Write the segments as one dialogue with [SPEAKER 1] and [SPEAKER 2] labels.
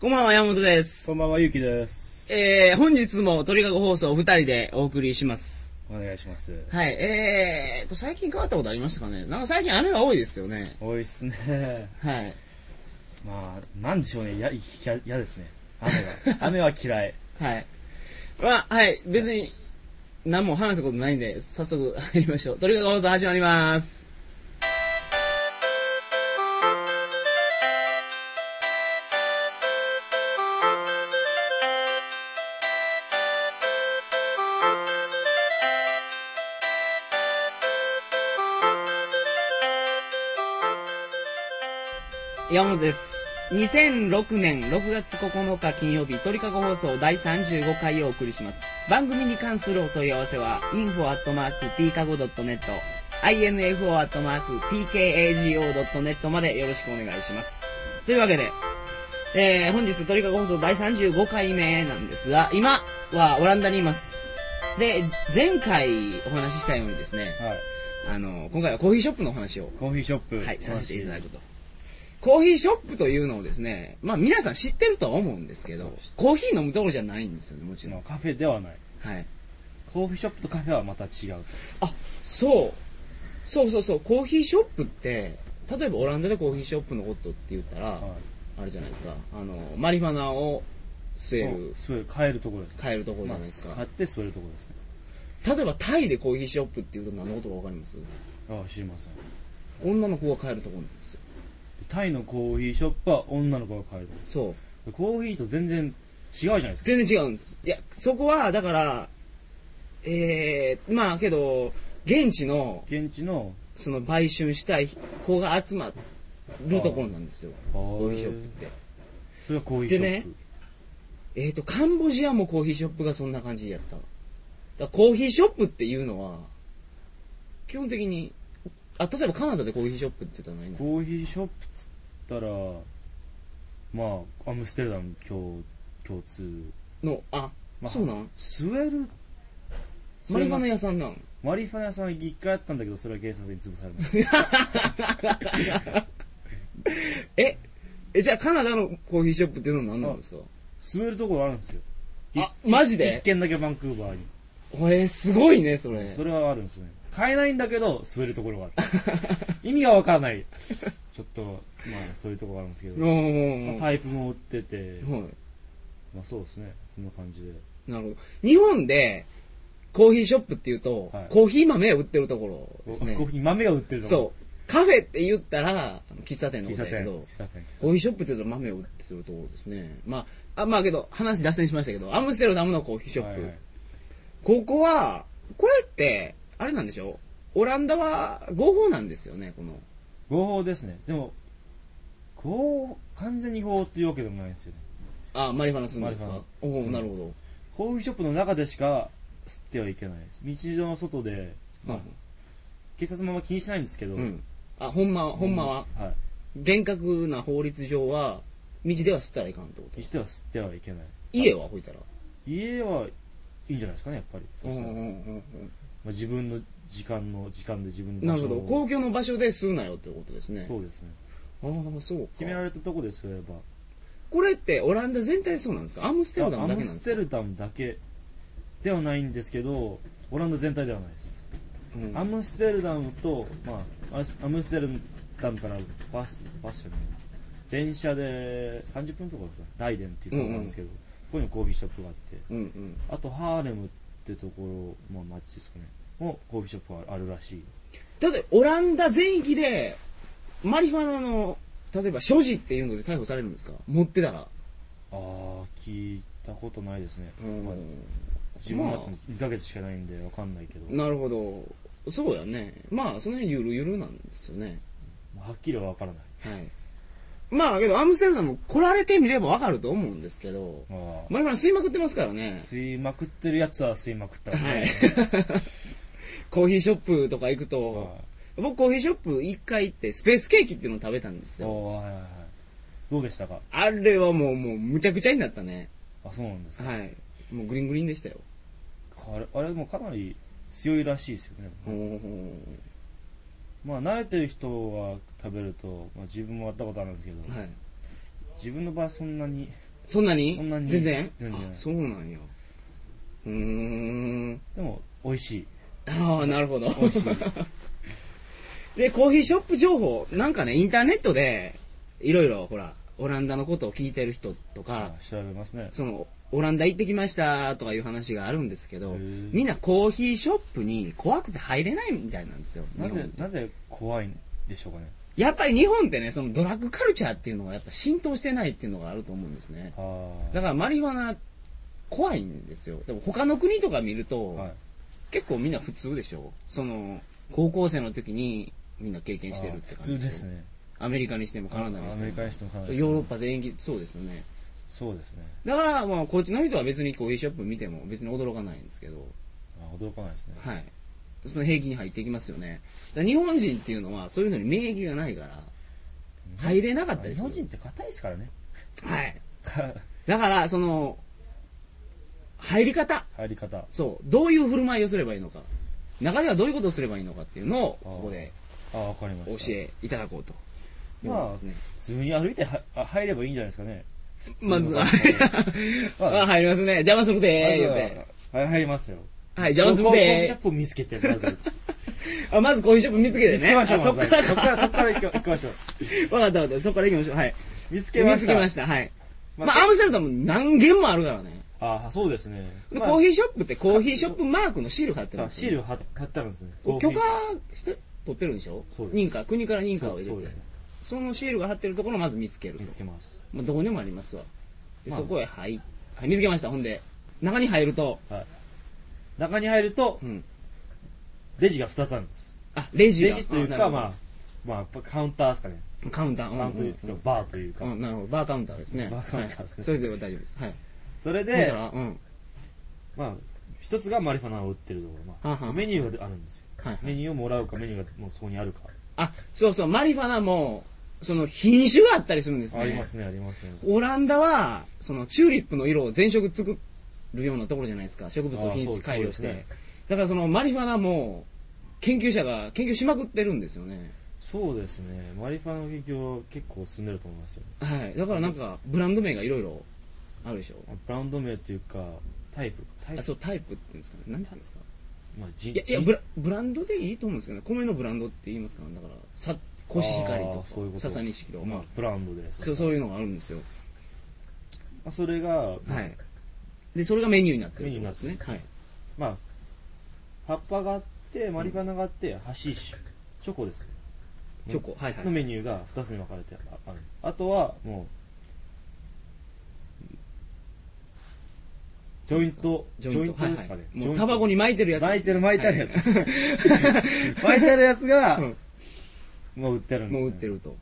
[SPEAKER 1] こんばんは、山本です
[SPEAKER 2] こ。んばんは、ゆうきです。
[SPEAKER 1] えー、本日も鳥かご放送二人でお送りします。
[SPEAKER 2] お願いします。
[SPEAKER 1] はい、えーと、最近変わったことありましたかねなんか最近雨が多いですよね。
[SPEAKER 2] 多いっすね。
[SPEAKER 1] はい。
[SPEAKER 2] まあ、なんでしょうね。や、や、やですね。雨 が。雨は嫌い。
[SPEAKER 1] はい。まあ、はい、別に、何も話すことないんで、早速入りましょう。鳥かご放送始まります。山本です。2006年6月9日金曜日、鳥かご放送第35回をお送りします。番組に関するお問い合わせは、info.tkago.net、info.tkago.net までよろしくお願いします。というわけで、えー、本日鳥かご放送第35回目なんですが、今はオランダにいます。で、前回お話ししたようにですね、
[SPEAKER 2] はい。
[SPEAKER 1] あの、今回はコーヒーショップのお話を
[SPEAKER 2] コーヒーショップ。
[SPEAKER 1] はい、させていただくと。コーヒーショップというのをですね、まあ皆さん知ってるとは思うんですけど、コーヒー飲むところじゃないんですよね、もちろん。
[SPEAKER 2] まあカフェではない。
[SPEAKER 1] はい。
[SPEAKER 2] コーヒーショップとカフェはまた違う。
[SPEAKER 1] あ、そう。そうそうそう、コーヒーショップって、例えばオランダでコーヒーショップのことって言ったら、
[SPEAKER 2] は
[SPEAKER 1] あれじゃないですか、あの、マリファナを吸
[SPEAKER 2] い。
[SPEAKER 1] える、
[SPEAKER 2] そうそう帰るところです。
[SPEAKER 1] 買えるところじ
[SPEAKER 2] ま
[SPEAKER 1] ゃ
[SPEAKER 2] あ
[SPEAKER 1] ないです、
[SPEAKER 2] 買
[SPEAKER 1] か
[SPEAKER 2] っ。て座るところですね。
[SPEAKER 1] 例えばタイでコーヒーショップっていうと何のことかわかります
[SPEAKER 2] ああ、知りません。
[SPEAKER 1] 女の子が買えるところなんですよ。
[SPEAKER 2] タイのコーヒーショップは女の子が帰るとこ
[SPEAKER 1] そう。
[SPEAKER 2] ろコーヒーと全然違うじゃないですか。
[SPEAKER 1] 全然違うんです。いや、そこは、だから、えー、まあけど、現地の、
[SPEAKER 2] 現地の
[SPEAKER 1] その、売春したい子が集まるところなんですよ。
[SPEAKER 2] コ
[SPEAKER 1] コーヒーショップって。
[SPEAKER 2] それはコーヒーショップ。
[SPEAKER 1] でねえーと、カンボジアもコーヒーショップがそんな感じやった。だからコーヒーショップっていうのは、基本的に、あ、例えばカナダでコーヒーショップって言ったら何
[SPEAKER 2] コーヒーショップっつったらまあアムステルダム共共通、
[SPEAKER 1] の、あ、
[SPEAKER 2] まあ、
[SPEAKER 1] そうなん
[SPEAKER 2] スウェル
[SPEAKER 1] マリファナ
[SPEAKER 2] 屋
[SPEAKER 1] 屋さんなん
[SPEAKER 2] マリファナ屋さん一回あったんだけどそれは警察に潰されまし
[SPEAKER 1] ええ、じゃあカナダのコーヒーショップっていうのは何なんですか
[SPEAKER 2] た吸えるところあるんですよい
[SPEAKER 1] あ、マジ
[SPEAKER 2] 一
[SPEAKER 1] で
[SPEAKER 2] 軒だけバンクーバーに
[SPEAKER 1] えー、すごいね、それ。
[SPEAKER 2] それはあるんですよね買えないんだけど吸えるところがある 意味がわからないちょっとまあそういうところがあるんですけど、まあ
[SPEAKER 1] は
[SPEAKER 2] パイプも売ってて、
[SPEAKER 1] い。
[SPEAKER 2] まあ、そうですねそんな感じで
[SPEAKER 1] なるほど。日本で、コーヒーショップっていうと、
[SPEAKER 2] はい
[SPEAKER 1] コーヒー豆を売ってるところですね。
[SPEAKER 2] コーヒー豆が売ってるところ
[SPEAKER 1] そう。カフェって言ったら、あの喫茶店のこ
[SPEAKER 2] 喫
[SPEAKER 1] と
[SPEAKER 2] 茶
[SPEAKER 1] だけ
[SPEAKER 2] 店
[SPEAKER 1] ど、
[SPEAKER 2] 喫茶店喫茶
[SPEAKER 1] コ
[SPEAKER 2] 店
[SPEAKER 1] ーヒーショップって言うと豆を売ってるところですね。まあ、あまあけど、話脱線しましたけど、アムステルダムのコーヒーショップ。
[SPEAKER 2] はいはい
[SPEAKER 1] ここは、これって、あれなんでしょうオランダは合法なんですよね、この。
[SPEAKER 2] 合法ですねでも合完全に合法っていうわけでもないんですよね
[SPEAKER 1] あ、マリファナするんです
[SPEAKER 2] マ
[SPEAKER 1] か
[SPEAKER 2] リフ
[SPEAKER 1] お
[SPEAKER 2] ァナ
[SPEAKER 1] お
[SPEAKER 2] そう
[SPEAKER 1] なるほど。
[SPEAKER 2] コーヒーショップの中でしか吸ってはいけないです道の外で、まあ
[SPEAKER 1] まあ、
[SPEAKER 2] 警察もあんま気にしないんですけど、
[SPEAKER 1] うん。あ、ほんまは、ほんまは、
[SPEAKER 2] は
[SPEAKER 1] 厳格な法律上は、道では吸ったらいかんってこと
[SPEAKER 2] いにしては吸ってはいけない
[SPEAKER 1] 家はほいたら。
[SPEAKER 2] 家はいいんじゃないですかねやっぱりそうしたらまあ、自分の時間の時間で自分の
[SPEAKER 1] な
[SPEAKER 2] 場
[SPEAKER 1] るほ
[SPEAKER 2] 所を
[SPEAKER 1] ど。公共の場所で吸うなよってことですね。
[SPEAKER 2] そうですね
[SPEAKER 1] ああ、そう
[SPEAKER 2] 決めら
[SPEAKER 1] か。
[SPEAKER 2] れたとこで吸えば
[SPEAKER 1] これってオランダ全体そうなんですかアムステルダム
[SPEAKER 2] ア
[SPEAKER 1] だけ
[SPEAKER 2] ム
[SPEAKER 1] なんで
[SPEAKER 2] ス
[SPEAKER 1] す
[SPEAKER 2] テ
[SPEAKER 1] か
[SPEAKER 2] ルダムだけではないんですけどオランダ全体ではないです
[SPEAKER 1] うん
[SPEAKER 2] アムステルダムと、まあ、アスアムステルダムからバス、バスじゃない電車で30分とかだったライデンっていうところなんですけど、ここにもコーヒーショップがあって、
[SPEAKER 1] うんうん。
[SPEAKER 2] あとハーレムってところ、まあ、街ですかね、もコーヒーショップがあるらしい。
[SPEAKER 1] ただ、オランダ全域で、マリファナの、例えば所持っていうので逮捕されるんですか持ってたら。
[SPEAKER 2] あー、聞いたことないですね。まあ自分
[SPEAKER 1] ま
[SPEAKER 2] が
[SPEAKER 1] あ
[SPEAKER 2] やったの2ヶ月しかないんでわかんないけど、
[SPEAKER 1] なるほど。そうやね。まあ、その辺ゆるゆるなんですよね。
[SPEAKER 2] まあはっきりはわからない。
[SPEAKER 1] はい。まあ、けど、アムステルダム来られてみればわかると思うんですけど、
[SPEAKER 2] まあ、
[SPEAKER 1] マリファナ吸いまくってますからね。
[SPEAKER 2] 吸いまくってるやつは吸いまくったらしい
[SPEAKER 1] はい。 コーヒーショップとか行くと、
[SPEAKER 2] は
[SPEAKER 1] 僕コーヒーショップ一回行ってスペースケーキっていうのを食べたんです
[SPEAKER 2] い
[SPEAKER 1] よ。
[SPEAKER 2] おーはいはいはい。どうでしたか
[SPEAKER 1] あれはもう、もう、むちゃくちゃになったね。
[SPEAKER 2] あ、そうなんですか。
[SPEAKER 1] はい。もうグリングリンでしたよ。
[SPEAKER 2] あれあれもかなり強いらしいですよね、
[SPEAKER 1] ほうほうほ
[SPEAKER 2] まあ慣れてる人は食べると、まあ、自分もやったことあるんですけど、
[SPEAKER 1] うはい。
[SPEAKER 2] 自分の場合そんなに
[SPEAKER 1] そんなに
[SPEAKER 2] そんなに
[SPEAKER 1] 全然
[SPEAKER 2] 全然
[SPEAKER 1] あそうなんや。うーん。
[SPEAKER 2] でも美味しい
[SPEAKER 1] ああ、なるほど。
[SPEAKER 2] 美味しい
[SPEAKER 1] で、コーヒーショップ情報、なんかね、インターネットで、いろいろ、ほら、オランダのことを聞いてる人とか、
[SPEAKER 2] 調べますね
[SPEAKER 1] その、オランダ行ってきましたとかいう話があるんですけ
[SPEAKER 2] へ
[SPEAKER 1] ど
[SPEAKER 2] ー、
[SPEAKER 1] みんなコーヒーショップに怖くて入れないみたいなんですよ。
[SPEAKER 2] な
[SPEAKER 1] 日
[SPEAKER 2] ぜ
[SPEAKER 1] 本
[SPEAKER 2] なぜ怖いんでしょうかね
[SPEAKER 1] やっぱり日本ってね、そのドラッグカルチャーっていうのがやっぱ浸透してないっていうのがあると思うんですね。だ
[SPEAKER 2] あ
[SPEAKER 1] からマリファナ怖いんですよ。でも他の国とか見る
[SPEAKER 2] あ
[SPEAKER 1] と、
[SPEAKER 2] はい
[SPEAKER 1] 結構みんな普通でしょその、高校生の時にみんな経験してるって
[SPEAKER 2] あー
[SPEAKER 1] 感
[SPEAKER 2] 普
[SPEAKER 1] じ
[SPEAKER 2] 通
[SPEAKER 1] しょ
[SPEAKER 2] です。ね
[SPEAKER 1] アメリカにしてもカナダに
[SPEAKER 2] ア
[SPEAKER 1] して
[SPEAKER 2] メリカ
[SPEAKER 1] も。
[SPEAKER 2] にしてもカナダにして
[SPEAKER 1] ヨ
[SPEAKER 2] も
[SPEAKER 1] ーロッパ全域そうですよね。
[SPEAKER 2] そうですね
[SPEAKER 1] だからまあこっちの人は別にコーヒーショップ見ても別に驚かないんですけど、
[SPEAKER 2] あ驚かないですね
[SPEAKER 1] はい。その平気に入っていきますよね。だから日本人っていうのはそういうのに免疫がないから、入れなかったり
[SPEAKER 2] 日
[SPEAKER 1] する
[SPEAKER 2] 本人って硬いですからね
[SPEAKER 1] はい。だから、その、入り方。
[SPEAKER 2] 入り方
[SPEAKER 1] そう。どういう振る舞いをすればいいのか。中ではどういうことをすればいいのかっていうのを、
[SPEAKER 2] あー
[SPEAKER 1] ここで
[SPEAKER 2] あわかりま
[SPEAKER 1] 教
[SPEAKER 2] した
[SPEAKER 1] えいただこうと。
[SPEAKER 2] まあ
[SPEAKER 1] ですね。
[SPEAKER 2] 普通に歩いてはあ入ればいいんじゃないですかね
[SPEAKER 1] まずは、
[SPEAKER 2] まあ
[SPEAKER 1] あ入りますね。邪魔する
[SPEAKER 2] ま
[SPEAKER 1] で
[SPEAKER 2] ず
[SPEAKER 1] ー、言
[SPEAKER 2] は
[SPEAKER 1] うて。
[SPEAKER 2] はい入りますよ
[SPEAKER 1] はい、邪魔する
[SPEAKER 2] コーヒーショ
[SPEAKER 1] で
[SPEAKER 2] ップを見つけて まずは
[SPEAKER 1] ー。あ、まずコーヒーショップ見つけて
[SPEAKER 2] 見つ
[SPEAKER 1] ね。
[SPEAKER 2] けましょう
[SPEAKER 1] あそっから
[SPEAKER 2] そっ
[SPEAKER 1] か。
[SPEAKER 2] からそっから 行き行きましょ う
[SPEAKER 1] わかったわかった。そっから行きましょう。はい。
[SPEAKER 2] 見つけま
[SPEAKER 1] 見
[SPEAKER 2] し
[SPEAKER 1] つ
[SPEAKER 2] た
[SPEAKER 1] けました。はい。ま
[SPEAKER 2] ま
[SPEAKER 1] あ、アムステルダム何軒もあるからね。
[SPEAKER 2] ああそうですね
[SPEAKER 1] で
[SPEAKER 2] まあ
[SPEAKER 1] コーヒーショップってコーヒーショップマークのシール貼ってるん
[SPEAKER 2] あ
[SPEAKER 1] です
[SPEAKER 2] シ
[SPEAKER 1] よ
[SPEAKER 2] ール貼貼ってあるんですね
[SPEAKER 1] これ
[SPEAKER 2] コー
[SPEAKER 1] 許
[SPEAKER 2] ヒ
[SPEAKER 1] 可
[SPEAKER 2] ー
[SPEAKER 1] して取ってるんでしょ
[SPEAKER 2] そうです
[SPEAKER 1] 認可国から認可を入れ
[SPEAKER 2] そう
[SPEAKER 1] て
[SPEAKER 2] で
[SPEAKER 1] そ
[SPEAKER 2] すね
[SPEAKER 1] のシールが貼ってるところをまず見つけると
[SPEAKER 2] 見つけます
[SPEAKER 1] まあ、どうにもありますわで、
[SPEAKER 2] まあ
[SPEAKER 1] そこへ入っはい見つけましたほんで中に入ると、
[SPEAKER 2] はい中に入ると
[SPEAKER 1] うん、
[SPEAKER 2] レジが2つあるんです
[SPEAKER 1] あレジ
[SPEAKER 2] レ
[SPEAKER 1] が
[SPEAKER 2] ジという
[SPEAKER 1] なるほ
[SPEAKER 2] か
[SPEAKER 1] ど
[SPEAKER 2] まあまあやっぱカウンターですかね
[SPEAKER 1] カウンターうん
[SPEAKER 2] カウンターというかバーというか
[SPEAKER 1] うんうんなるほどバーカウンターですね
[SPEAKER 2] バーカウンターです
[SPEAKER 1] はい
[SPEAKER 2] ね
[SPEAKER 1] それでは大丈夫ですはい
[SPEAKER 2] それ
[SPEAKER 1] だか
[SPEAKER 2] で
[SPEAKER 1] らうん
[SPEAKER 2] まあ一つがマリファナを売ってるところ
[SPEAKER 1] は
[SPEAKER 2] ま
[SPEAKER 1] は
[SPEAKER 2] あメニューがあるんですよ
[SPEAKER 1] はいは
[SPEAKER 2] メ
[SPEAKER 1] い
[SPEAKER 2] ニューをもらうかメニューがもうそこにあるか
[SPEAKER 1] あそうそうマリファナもその品種があったりするんですね
[SPEAKER 2] ありますねありますね
[SPEAKER 1] オランダは、そのチューリップの色を全色作るようなところじゃないですか。植物を品質改良し
[SPEAKER 2] あーそ
[SPEAKER 1] て
[SPEAKER 2] うで。
[SPEAKER 1] だからそのマリファナも、研究者が研究しまくってるんですよね。
[SPEAKER 2] そうですねマリファナの研究は結構進んでると思いますよ
[SPEAKER 1] はい。だからなんか、ブランド名がいろいろあるでしょ。
[SPEAKER 2] ブランド名というかタイプタイ
[SPEAKER 1] あ、
[SPEAKER 2] プ
[SPEAKER 1] そう、タイプって言うんですかね。何て言うんですか
[SPEAKER 2] まあジン
[SPEAKER 1] いや、いや
[SPEAKER 2] ジン
[SPEAKER 1] ブラ、ブランドでいいと思うんですけどね。米のブランドって言いますから、だから、さ、コシヒカリと
[SPEAKER 2] あー
[SPEAKER 1] か
[SPEAKER 2] そういうこ、と
[SPEAKER 1] ササニシキとか、ま
[SPEAKER 2] ま
[SPEAKER 1] あ
[SPEAKER 2] あ、ブランドで
[SPEAKER 1] そう、そういうのがあるんですよ。
[SPEAKER 2] まあそれが、
[SPEAKER 1] はい。で、それがメニューになってるってことです
[SPEAKER 2] メ
[SPEAKER 1] ね
[SPEAKER 2] ニ。
[SPEAKER 1] はい。
[SPEAKER 2] まあ、葉っぱがあってマリファナがあって、ハシーシュチョコですね
[SPEAKER 1] チョコ、はいはい
[SPEAKER 2] の。メニューが2つに分かれてあるあとはもうジョイントジョイントですかね、
[SPEAKER 1] はいはいもうタバコ
[SPEAKER 2] に
[SPEAKER 1] に巻いてるやつですね。
[SPEAKER 2] 巻いてる巻いてるやつ
[SPEAKER 1] は
[SPEAKER 2] です 巻いてるやつが、
[SPEAKER 1] うん
[SPEAKER 2] もう売ってるんです、ね、
[SPEAKER 1] もう売ってると。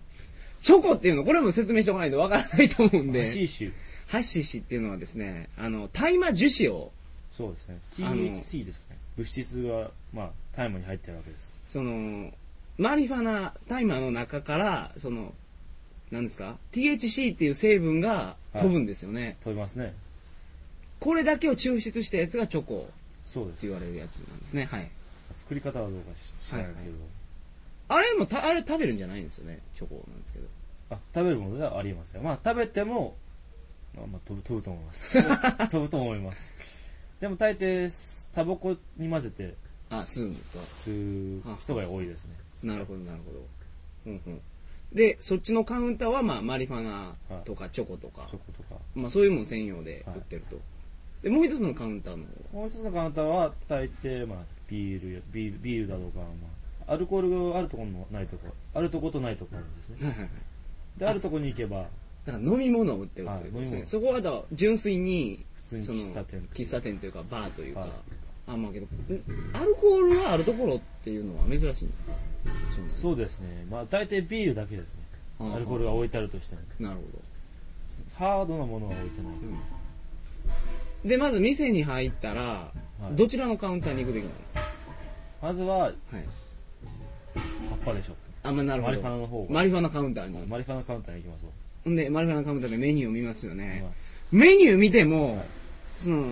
[SPEAKER 1] チョコっていうの、これも説明しておかないとわからないと思うんで
[SPEAKER 2] ハ、シーシュ
[SPEAKER 1] ハッシシっていうのはですね、あの、大麻樹脂を、
[SPEAKER 2] そうですね
[SPEAKER 1] あの
[SPEAKER 2] THC ですかね物質がまあタイムに入ってるわけです
[SPEAKER 1] その、マリファナ、大麻の中から、その、なんですか ?THC っていう成分が飛ぶんですよね。
[SPEAKER 2] 飛びますね
[SPEAKER 1] これだけを抽出したやつがチョコ
[SPEAKER 2] そうで
[SPEAKER 1] って
[SPEAKER 2] す
[SPEAKER 1] 言われるやつなんですね。はい。
[SPEAKER 2] 作り方はどうかし知らないですけど、
[SPEAKER 1] あれもた、あれ食べるんじゃないんですよね。チョコなんですけど。
[SPEAKER 2] あ食べるものではありますよまあ食べても、まあ、まあ飛ぶ飛ぶと思います 飛ぶと思いますでも大抵すタバコに混ぜて
[SPEAKER 1] あ、吸うんですか
[SPEAKER 2] 吸う人が多いですね
[SPEAKER 1] なるほど、なるほど。うんうん。で、そっちのカウンターは、まあ、マリファナとかチョコとか、
[SPEAKER 2] チョコとか
[SPEAKER 1] まあ、そういうもん専用で売ってると、でもう一つのカウンターの方
[SPEAKER 2] もう一つのカウンターは大抵、まあ、ビールやビールビールだとか、まあ、アルコールがあるところもないとこあるとことないとこあるんですねであるとこに行けば
[SPEAKER 1] だから飲み物を売ってるということですね、
[SPEAKER 2] はい
[SPEAKER 1] そこはだから純粋に
[SPEAKER 2] 普通に喫茶店
[SPEAKER 1] その喫茶店というかバーというか、
[SPEAKER 2] はい
[SPEAKER 1] あまあけどんアルコールがあるところっていうのは珍しいんですかそ
[SPEAKER 2] そうですねまあ大抵ビールだけですね
[SPEAKER 1] ああ
[SPEAKER 2] アルコールが置いてあるとしても
[SPEAKER 1] うなるほ
[SPEAKER 2] ハードなものは置いてない
[SPEAKER 1] ど、うんでまず店に入ったら、
[SPEAKER 2] い
[SPEAKER 1] どちらのカウンターに行くべきなんですか
[SPEAKER 2] まずは
[SPEAKER 1] はい
[SPEAKER 2] 葉っぱでしょ
[SPEAKER 1] あまあなるほど
[SPEAKER 2] マリファナの方が
[SPEAKER 1] マリファナカウンターに
[SPEAKER 2] マリファナカウンターに行きます
[SPEAKER 1] ほんでマリファナカウンターでメニューを見ますよ
[SPEAKER 2] 行き
[SPEAKER 1] ね
[SPEAKER 2] ます
[SPEAKER 1] メニュー見ても、
[SPEAKER 2] はい
[SPEAKER 1] その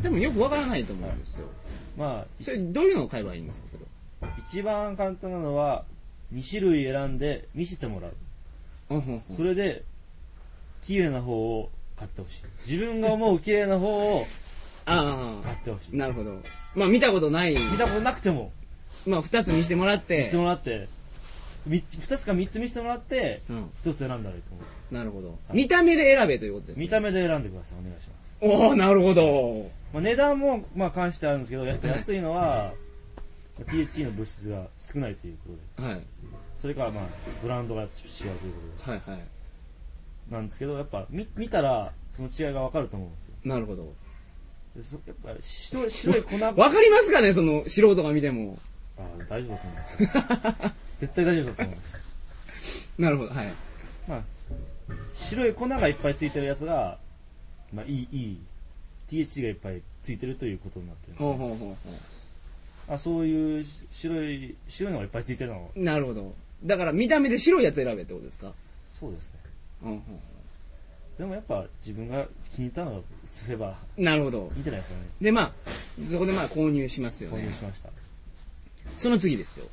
[SPEAKER 1] 多分よくわからないと思うんですよ、
[SPEAKER 2] まあ
[SPEAKER 1] それどういうのを買えばいいんですかそれは
[SPEAKER 2] 一番簡単なのは2種類選んで見せてもらう
[SPEAKER 1] うんうんうん
[SPEAKER 2] それで綺麗な方を買ってほしい自分が思う綺麗な方を
[SPEAKER 1] あ
[SPEAKER 2] 買ってほし
[SPEAKER 1] あ、
[SPEAKER 2] い
[SPEAKER 1] なるほど。まあ見たことない。
[SPEAKER 2] 見たことなくても
[SPEAKER 1] まあ二つ見せてもらっ
[SPEAKER 2] 見
[SPEAKER 1] て
[SPEAKER 2] せて。もらって三つ2つか3つ見せてもらって
[SPEAKER 1] うん。
[SPEAKER 2] 1つ選んだらいいと思う
[SPEAKER 1] なるほど。
[SPEAKER 2] はい
[SPEAKER 1] 見た目で選べということですね。
[SPEAKER 2] 見た目で選んでくださいお願いします、
[SPEAKER 1] おおなるほど。
[SPEAKER 2] まあ、値段もまあ関してあるんですけどやっぱ安いのは THC の物質が少ないということで
[SPEAKER 1] はい。
[SPEAKER 2] それからまあブランドが違うということ
[SPEAKER 1] はいはい。
[SPEAKER 2] でなんですけどやっぱ見見たらその違いが分かると思うんですよ
[SPEAKER 1] なるほど。
[SPEAKER 2] でそやっぱり白い白い粉が
[SPEAKER 1] わかりますかねその素人が見ても。
[SPEAKER 2] あー大丈夫だと思います絶対大丈夫だと思います
[SPEAKER 1] なるほど。はい。
[SPEAKER 2] まあ白い粉がいっぱいついてるやつがまあいいいい THC がいっぱいついてるということになってるんです
[SPEAKER 1] ほう
[SPEAKER 2] ね
[SPEAKER 1] ほうほうほ
[SPEAKER 2] あそういう白い白いのがいっぱいついてるの
[SPEAKER 1] う。なるほど。だから見た目で白いやつ選べってことですか
[SPEAKER 2] そうですね
[SPEAKER 1] うんうん
[SPEAKER 2] でもやっぱ自分が気に入ったのをすれば
[SPEAKER 1] うん。なるほど
[SPEAKER 2] い。いんじゃないですかね
[SPEAKER 1] で、まあ、そこでまあ購入しますよ
[SPEAKER 2] 購
[SPEAKER 1] ね
[SPEAKER 2] 入。しました
[SPEAKER 1] その次ですよ。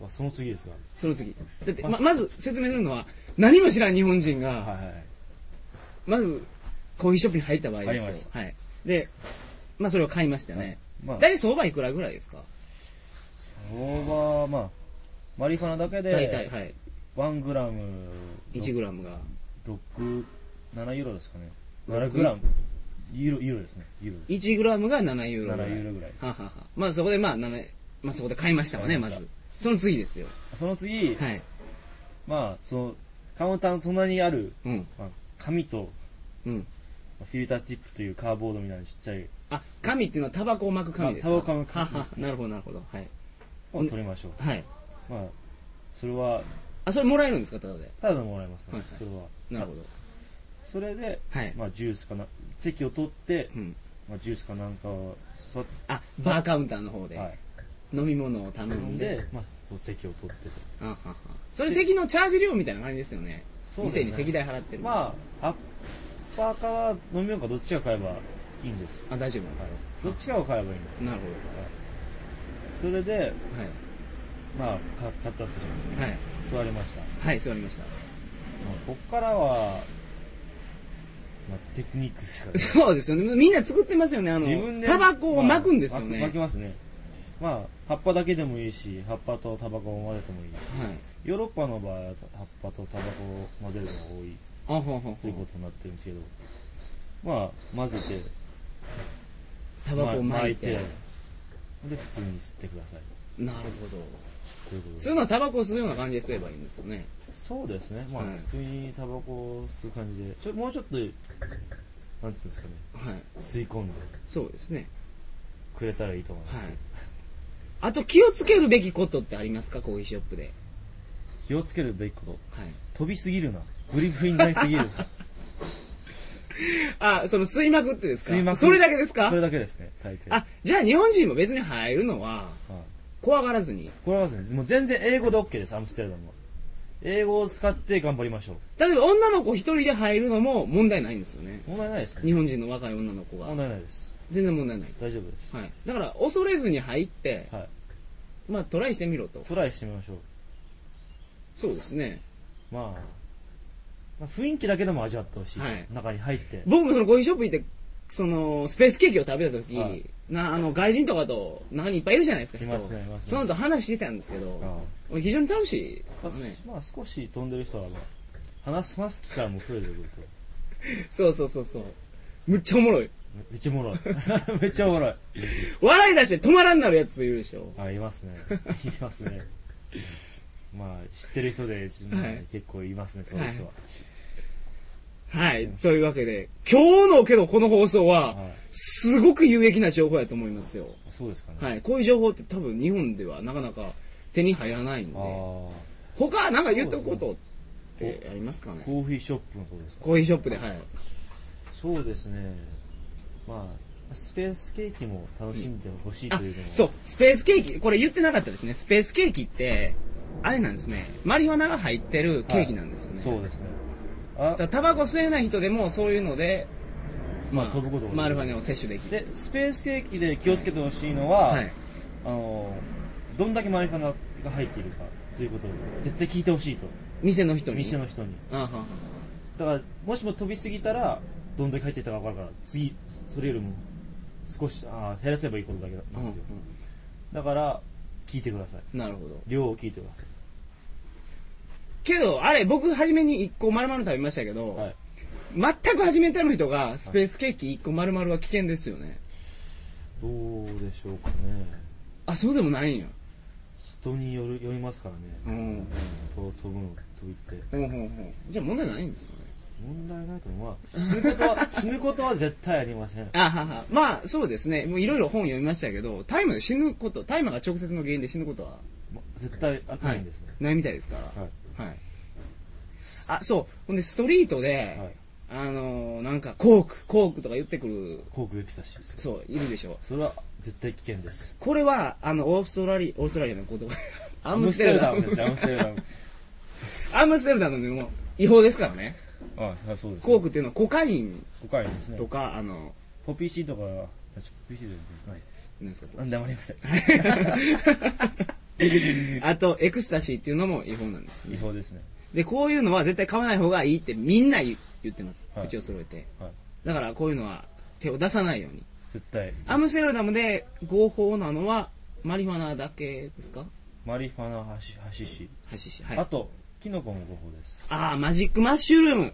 [SPEAKER 2] まあその次ですが
[SPEAKER 1] その次。だって、ま、まず説明するのは、何も知らん日本人が、
[SPEAKER 2] はいはいはい
[SPEAKER 1] まず、コーヒーショップに入った場合ですよ。
[SPEAKER 2] 入りまし
[SPEAKER 1] はい。で、まあ、それを買いましたね。
[SPEAKER 2] まあ
[SPEAKER 1] 大体相場いくらぐらいですか
[SPEAKER 2] 相場はまあマリファナだけ
[SPEAKER 1] 大体、
[SPEAKER 2] で
[SPEAKER 1] はい。
[SPEAKER 2] 1グラム
[SPEAKER 1] 1グラムが。
[SPEAKER 2] 67ユーロですかね
[SPEAKER 1] 六
[SPEAKER 2] 7グラムユーロユーロですねユーロ
[SPEAKER 1] 1グラムが7ユーロぐら
[SPEAKER 2] 7
[SPEAKER 1] い。
[SPEAKER 2] ユーロぐらい
[SPEAKER 1] はははまあ、そこでまあ、7、まあ、そこで買いましたわね、
[SPEAKER 2] 買
[SPEAKER 1] ま
[SPEAKER 2] いました
[SPEAKER 1] ず。その次ですよ。
[SPEAKER 2] その次、
[SPEAKER 1] はい。
[SPEAKER 2] まあそのカウンターの隣にある、
[SPEAKER 1] うん。
[SPEAKER 2] まあ、紙と
[SPEAKER 1] うん。
[SPEAKER 2] まあフィルターチップというカーボードみたいなちっちゃい
[SPEAKER 1] あ、紙っていうのはタバコを巻く紙ですか
[SPEAKER 2] あタバコを巻く紙
[SPEAKER 1] ははなるほど、なるほど。はい。
[SPEAKER 2] を取りましょう、
[SPEAKER 1] はい。
[SPEAKER 2] まあそれは
[SPEAKER 1] あ、それもらえるんですか、ただで。
[SPEAKER 2] ただでもらえます
[SPEAKER 1] は
[SPEAKER 2] ね、
[SPEAKER 1] いはい
[SPEAKER 2] それは
[SPEAKER 1] なるほど。
[SPEAKER 2] それで、
[SPEAKER 1] はい。
[SPEAKER 2] まあ、ジュースかな席を取って、
[SPEAKER 1] うん。
[SPEAKER 2] まあ、ジュースかなんかを座っ
[SPEAKER 1] あ、バーカウンターの方
[SPEAKER 2] て、
[SPEAKER 1] で、
[SPEAKER 2] はい、
[SPEAKER 1] 飲み物を頼
[SPEAKER 2] 飲
[SPEAKER 1] ん
[SPEAKER 2] ん
[SPEAKER 1] で、
[SPEAKER 2] で、まあ、そう席を取ってと
[SPEAKER 1] あははそれ席のチャージ料みたいな感じですよね。
[SPEAKER 2] そうですね
[SPEAKER 1] 店に席代払ってる。あ、
[SPEAKER 2] まあアッパーか飲みようかどっちが買えばいいんです、
[SPEAKER 1] あ大丈夫なんで
[SPEAKER 2] は
[SPEAKER 1] す
[SPEAKER 2] い
[SPEAKER 1] よ。、
[SPEAKER 2] どっちかを買えばいいんで
[SPEAKER 1] なる
[SPEAKER 2] すそれで
[SPEAKER 1] ほど。はい。
[SPEAKER 2] まあか買ったとしますね、
[SPEAKER 1] はい。
[SPEAKER 2] 座りました、ま
[SPEAKER 1] はい、座りました。
[SPEAKER 2] あ、こっからは、まあ、テクニックですからね
[SPEAKER 1] そうですよね。みんな作ってますよ ね。あの、
[SPEAKER 2] 自分で
[SPEAKER 1] タバコを巻くんですよ
[SPEAKER 2] まあ
[SPEAKER 1] ね。
[SPEAKER 2] 巻きますねまあ葉っぱだけでもいいし葉っぱとタバコを混ぜてもいい
[SPEAKER 1] はい。
[SPEAKER 2] ヨーロッパの場合は葉っぱとタバコを混ぜるのが多い
[SPEAKER 1] あほうほうほ
[SPEAKER 2] という
[SPEAKER 1] う
[SPEAKER 2] ことになってるんですけどまあ混ぜて
[SPEAKER 1] タバコを
[SPEAKER 2] まあ
[SPEAKER 1] 巻いて。
[SPEAKER 2] で普通に吸ってください
[SPEAKER 1] なるほど。
[SPEAKER 2] ということ
[SPEAKER 1] 普
[SPEAKER 2] で
[SPEAKER 1] 通のタバコを吸うような感じですればいいんですよね。
[SPEAKER 2] そうですねまあ
[SPEAKER 1] はい
[SPEAKER 2] 普通にタバコを吸う感じでちょもうちょっとなんていうんですかね
[SPEAKER 1] はい。
[SPEAKER 2] 吸い込んで
[SPEAKER 1] そうですね。
[SPEAKER 2] くれたらいいと思います、
[SPEAKER 1] はいあと気をつけるべきことってありますかコーヒーショップで。
[SPEAKER 2] 気をつけるべきこと
[SPEAKER 1] はい。
[SPEAKER 2] 飛びすぎるなブリブリになりすぎる
[SPEAKER 1] あ、その吸いまくってですか
[SPEAKER 2] 吸いまくる
[SPEAKER 1] それだけですか
[SPEAKER 2] それだけですね大抵
[SPEAKER 1] あ、じゃあ日本人も別に入るのは、
[SPEAKER 2] はい
[SPEAKER 1] 怖がらずに。
[SPEAKER 2] これはですねもう全然英語で OK ですアムステルダムは英語を使って頑張りましょう
[SPEAKER 1] 例えば女の子一人で入るのも問題ないんですよね。
[SPEAKER 2] 問題ないですね
[SPEAKER 1] 日本人の若い女の子が。
[SPEAKER 2] 問題ないです
[SPEAKER 1] 全然問題ない。
[SPEAKER 2] 大丈夫です
[SPEAKER 1] はい。だから、恐れずに入って、
[SPEAKER 2] はい
[SPEAKER 1] まあ、トライしてみろと。
[SPEAKER 2] トライしてみましょう
[SPEAKER 1] そうですね。
[SPEAKER 2] まあ、まあ雰囲気だけでも味わってほしい、
[SPEAKER 1] はい
[SPEAKER 2] 中に入って
[SPEAKER 1] 僕もそのコーヒーショップ行って、その、スペースケーキを食べた時、
[SPEAKER 2] はい
[SPEAKER 1] な、あの、外人とかと、中にいっぱいいるじゃないですか、人
[SPEAKER 2] いますねいますね
[SPEAKER 1] その後話してたんですけ
[SPEAKER 2] ああ
[SPEAKER 1] ど、俺非常に楽しいです
[SPEAKER 2] ま
[SPEAKER 1] よ
[SPEAKER 2] あ
[SPEAKER 1] ね。
[SPEAKER 2] まあ少し飛んでる人は、まあ、話す話す機会も増えてくると
[SPEAKER 1] そうそうそうそう。むっちゃおもろい。
[SPEAKER 2] めめっちゃおも ろいめっちゃおもろい
[SPEAKER 1] 笑い出して止まらんなるやついるでしょ。
[SPEAKER 2] あいます ねいますねまあ知ってる人で、まあ
[SPEAKER 1] はい
[SPEAKER 2] 結構いますねそういう人は、
[SPEAKER 1] はい。というわけで、今日のけどこの放送は、
[SPEAKER 2] はい
[SPEAKER 1] すごく有益な情報やと思いますよ。
[SPEAKER 2] そうですかね、
[SPEAKER 1] はい。こういう情報って多分日本ではなかなか手に入らないんで、
[SPEAKER 2] ああ
[SPEAKER 1] 他なんか言っとくことってありますかね
[SPEAKER 2] コーヒーショップのことですか
[SPEAKER 1] コーヒーショップで、はい。
[SPEAKER 2] そうですねまあスペースケーキも楽しんでほしい
[SPEAKER 1] あ
[SPEAKER 2] というのも、、
[SPEAKER 1] そう、スペースケーキ、これ言ってなかったですね。スペースケーキって、あれなんですね。マリファナが入ってるケーキなんですよね。
[SPEAKER 2] そうですねあ
[SPEAKER 1] だからタバコ吸えない人でもそういうので、
[SPEAKER 2] まあ飛ぶことが
[SPEAKER 1] マリファナを摂取できる。
[SPEAKER 2] でスペースケーキで気をつけてほしいのは、
[SPEAKER 1] はい。
[SPEAKER 2] あのどんだけマリファナが入っているかということを絶対聞いてほしいと
[SPEAKER 1] 店の人に。
[SPEAKER 2] 店の人に
[SPEAKER 1] あはは
[SPEAKER 2] だからもしも飛びすぎたらどんだけ入っていったか分かるから次それよりも少しあー減らせばいいことだけなんですよ、だから聞いてください
[SPEAKER 1] なるほど。
[SPEAKER 2] 量を聞いてくださ
[SPEAKER 1] けど、あれ、僕、初めに1個丸々食べましたけど、
[SPEAKER 2] い、はい、
[SPEAKER 1] 全く初めての人が、スペースケーキ1個丸々は危険ですよね。
[SPEAKER 2] どうでしょうかね
[SPEAKER 1] あ、そうでもないんや。
[SPEAKER 2] 人によるよりますからね、
[SPEAKER 1] うん。
[SPEAKER 2] と飛ぶの飛びって
[SPEAKER 1] ほうほうほう。じゃあ問題ないんですかね。
[SPEAKER 2] 問題ないと思う、まあ、死ぬことは死ぬことは絶対ありません
[SPEAKER 1] あはは。まあ、そうですね。もういろいろ本読みましたけど、大麻で死ぬこと、大麻が直接の原因で死ぬことは、
[SPEAKER 2] ま絶対あないんですね、
[SPEAKER 1] ないみたいですから。
[SPEAKER 2] はい
[SPEAKER 1] はい。あ、そう。ほんで、ストリートで、あ
[SPEAKER 2] はい、
[SPEAKER 1] のーなんか、コーク、コークとか言ってくる、
[SPEAKER 2] 航空エキサシです
[SPEAKER 1] そう、いるでしょ。
[SPEAKER 2] それは絶対危険です
[SPEAKER 1] これは、あの、オーストラリア、オーストラリアの言葉。 ア
[SPEAKER 2] ア
[SPEAKER 1] ムステルダム
[SPEAKER 2] ムステルダムですアムステルダム
[SPEAKER 1] アムステルダムでも違法ですからね。
[SPEAKER 2] ああそうです
[SPEAKER 1] コークっていうのはコカイン
[SPEAKER 2] コカインですね
[SPEAKER 1] とか、あの、
[SPEAKER 2] ポピーシーとか私ポピーシーじゃないです
[SPEAKER 1] なんですか。
[SPEAKER 2] 何でもありません
[SPEAKER 1] あと、エクスタシーっていうのも違法なんですよ
[SPEAKER 2] 違法ですね
[SPEAKER 1] で、こういうのは絶対買わない方がいいってみんな言言ってます。
[SPEAKER 2] はい
[SPEAKER 1] 口を揃えて。
[SPEAKER 2] はい
[SPEAKER 1] だから、こういうのは手を出さないように。
[SPEAKER 2] 絶対
[SPEAKER 1] アムステルダムで合法なのは、マリファナだけですか
[SPEAKER 2] マリファナハシハシシ、
[SPEAKER 1] ハシシ。はい。
[SPEAKER 2] あ
[SPEAKER 1] あ
[SPEAKER 2] とキノコも合法です
[SPEAKER 1] あー、マジックマッシュルーム。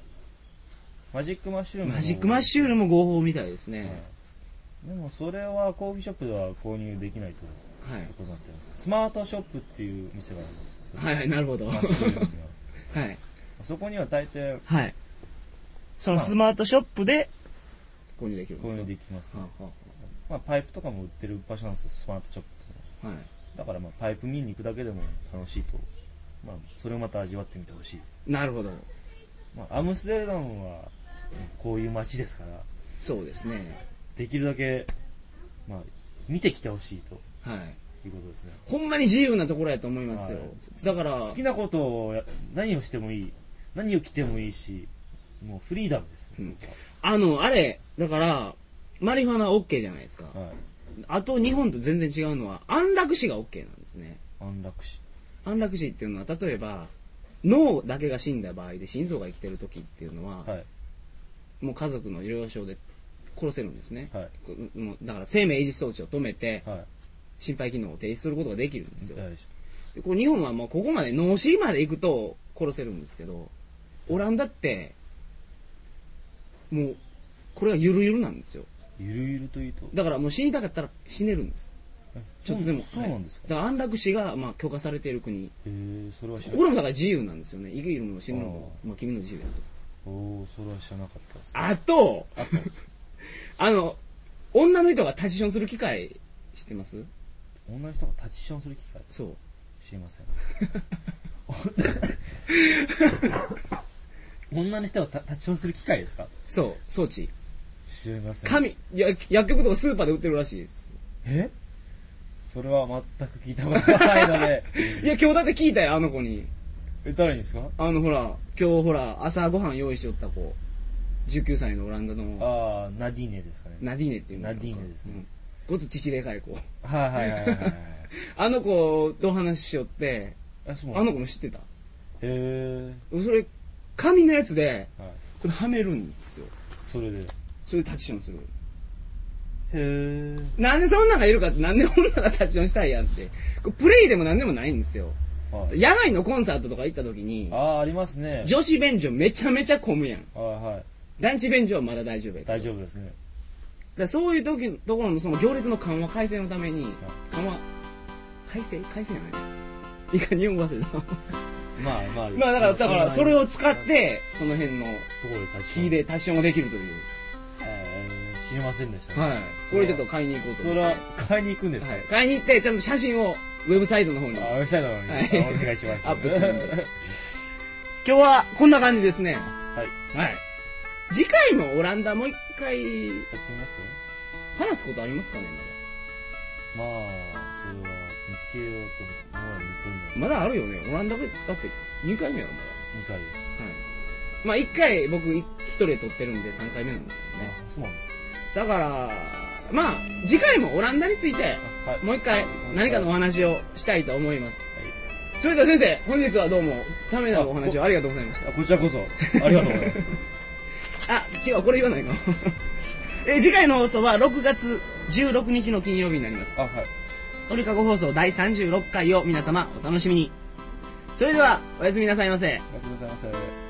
[SPEAKER 2] マジックマッシュルームも
[SPEAKER 1] マジックマッシュルーム合法みたいですね。
[SPEAKER 2] はいでもそれはコーヒーショップでは購入できないという
[SPEAKER 1] はい。
[SPEAKER 2] ことになってますスマートショップっていう店があります
[SPEAKER 1] はいはい、なるほど。
[SPEAKER 2] マ
[SPEAKER 1] は。
[SPEAKER 2] ッシュルームにはいそこには大抵
[SPEAKER 1] はい。
[SPEAKER 3] そのスマートショップで、
[SPEAKER 1] 購入できるんです
[SPEAKER 2] 購
[SPEAKER 1] か
[SPEAKER 2] 入できますね
[SPEAKER 1] はあは
[SPEAKER 2] まあ、パイプとかも売ってる場所なんですよスマートショップと
[SPEAKER 1] あ
[SPEAKER 2] か
[SPEAKER 1] はい。
[SPEAKER 2] だからまあパイプ見に行くだけでも楽しいと、まあ、それをまた味わってみてほしい、
[SPEAKER 1] なるほど。
[SPEAKER 2] まあ、アムステルダムはこういう街ですから
[SPEAKER 1] そうですね。
[SPEAKER 2] できるだけ、まあ、見てきてほしいと
[SPEAKER 1] はい。
[SPEAKER 2] いうことですね
[SPEAKER 1] ほんまに自由なところやと思いますよ
[SPEAKER 2] はい。
[SPEAKER 1] だから、
[SPEAKER 2] 好きなことをや何をしてもいい何を着てもいいしもうフリーダムですね、
[SPEAKER 1] あの、あれ、だから、マリファナ OK じゃないですか。
[SPEAKER 2] はい
[SPEAKER 1] あと日本と全然違うのは、安楽死が OK なんですね。
[SPEAKER 2] 安楽死
[SPEAKER 1] 安楽死っていうのは、例えば、脳だけが死んだ場合で心臓が生きてる時っていうのは、
[SPEAKER 2] はい
[SPEAKER 1] もう家族の療養で殺せるんですね。
[SPEAKER 2] はい
[SPEAKER 1] こもうだから生命維持装置を止めて、
[SPEAKER 2] はい
[SPEAKER 1] 心肺機能を停止することができるんですよ。
[SPEAKER 2] はい
[SPEAKER 1] でこう日本はもうここまで脳死まで行くと殺せるんですけどオランダってもうこれはゆるゆるなんですよ
[SPEAKER 2] ゆるゆるというと
[SPEAKER 1] だからもう死にたかったら死ねるんですちょっとでも
[SPEAKER 2] そうなんですか、
[SPEAKER 1] だから安楽死がまあ許可されている国
[SPEAKER 2] へえそれは知
[SPEAKER 1] こ
[SPEAKER 2] ら
[SPEAKER 1] れもだ
[SPEAKER 2] なか
[SPEAKER 1] から自由なんですよね生きるのも死ぬのも
[SPEAKER 2] あ
[SPEAKER 1] まあ、君の自由だと
[SPEAKER 2] おおーそれは知らなかったです
[SPEAKER 1] あと あの女の人がタジションする機会知ってます
[SPEAKER 2] 女の人がタッチションする機会
[SPEAKER 1] そう
[SPEAKER 2] 知りません 女の人がタタッチションする機会ですか
[SPEAKER 1] そう装置
[SPEAKER 2] 知りません
[SPEAKER 1] 紙や薬局とかスーパーで売ってるらしいです
[SPEAKER 2] えそれは全く聞いたことがないので
[SPEAKER 1] いや今日だって聞いたよあの子に
[SPEAKER 2] え誰にですか
[SPEAKER 1] あのほら、今日ほら、朝ごはん用意しよった子、19歳のオランダの、
[SPEAKER 2] ああナディーネですかね
[SPEAKER 1] ナディーネっていうの
[SPEAKER 2] ナディーネですね。
[SPEAKER 1] ごつ父でかい子。
[SPEAKER 2] はいはいはいはいはい
[SPEAKER 1] あの子とお話ししよって、
[SPEAKER 2] あそう
[SPEAKER 1] あの子も知ってた。
[SPEAKER 2] へえ
[SPEAKER 1] それ、紙のやつで、
[SPEAKER 2] はい
[SPEAKER 1] これはめるんですよ。
[SPEAKER 2] それでへ
[SPEAKER 1] それでタッチションする。
[SPEAKER 2] え
[SPEAKER 1] なんでそんなんがいるかって、なんで女がタッチションしたいやんって。これプレイでもなんでもないんですよ。
[SPEAKER 2] はい
[SPEAKER 1] 野外のコンサートとか行った時に
[SPEAKER 2] あ、あありますね
[SPEAKER 1] 女子便所めちゃめちゃ混むやん。
[SPEAKER 2] はいはい
[SPEAKER 1] 男子便所はまだ大丈夫やけど
[SPEAKER 2] 大丈夫ですね
[SPEAKER 1] だからそういう時のところのその行列の緩和改正のために緩和改正改正じゃないいいか日本語忘れた
[SPEAKER 2] まあま あ
[SPEAKER 1] まあだからだからそれを使っ
[SPEAKER 2] と
[SPEAKER 1] てその辺の
[SPEAKER 2] ころでタッチション
[SPEAKER 1] 火で達成ができるという
[SPEAKER 2] えー知りませんでしたね、
[SPEAKER 1] はい
[SPEAKER 2] そ
[SPEAKER 1] こ
[SPEAKER 2] れ
[SPEAKER 1] れ
[SPEAKER 2] は
[SPEAKER 1] ちょっと買いに行こうと
[SPEAKER 2] そ
[SPEAKER 1] 思っ
[SPEAKER 2] れ
[SPEAKER 1] て
[SPEAKER 2] は買いに行くんですか、
[SPEAKER 1] はい、買いに行ってちゃんと写真をウェブサイトの方に
[SPEAKER 2] あウェブサイトの方に、
[SPEAKER 1] はい
[SPEAKER 2] お願いします
[SPEAKER 1] アップするんで
[SPEAKER 2] は
[SPEAKER 1] 今日はこんな感じですね
[SPEAKER 2] い
[SPEAKER 1] はい次回のオランダもう一回
[SPEAKER 2] やってみますか
[SPEAKER 1] 話すことありますかね
[SPEAKER 2] まあそれは見つけようと思ってまだ見つけるんじゃない
[SPEAKER 1] まだまだあるよねオランダだって2回目やろまだ
[SPEAKER 2] 2回です、
[SPEAKER 1] はい、まあ1回僕1人で撮ってるんで3回目なんですよね
[SPEAKER 2] あそうなんですか
[SPEAKER 1] だからまあ次回もオランダについて
[SPEAKER 2] あはい
[SPEAKER 1] もう1回何かのお話をしたいと思います
[SPEAKER 2] はい
[SPEAKER 1] それでは先生、本日はどうも、ためなお話をありがとうございまし
[SPEAKER 2] あこちらこそ、ありがとうござい ます。
[SPEAKER 1] た。あ、違う、これ言わないか。 え、次回の放送は6月16日の金曜日になります
[SPEAKER 2] あ、。はい。
[SPEAKER 1] 鳥かご放送第36回を皆様お楽しみに。それでは、おやすみなさいませ。
[SPEAKER 2] おやすみなさいませ。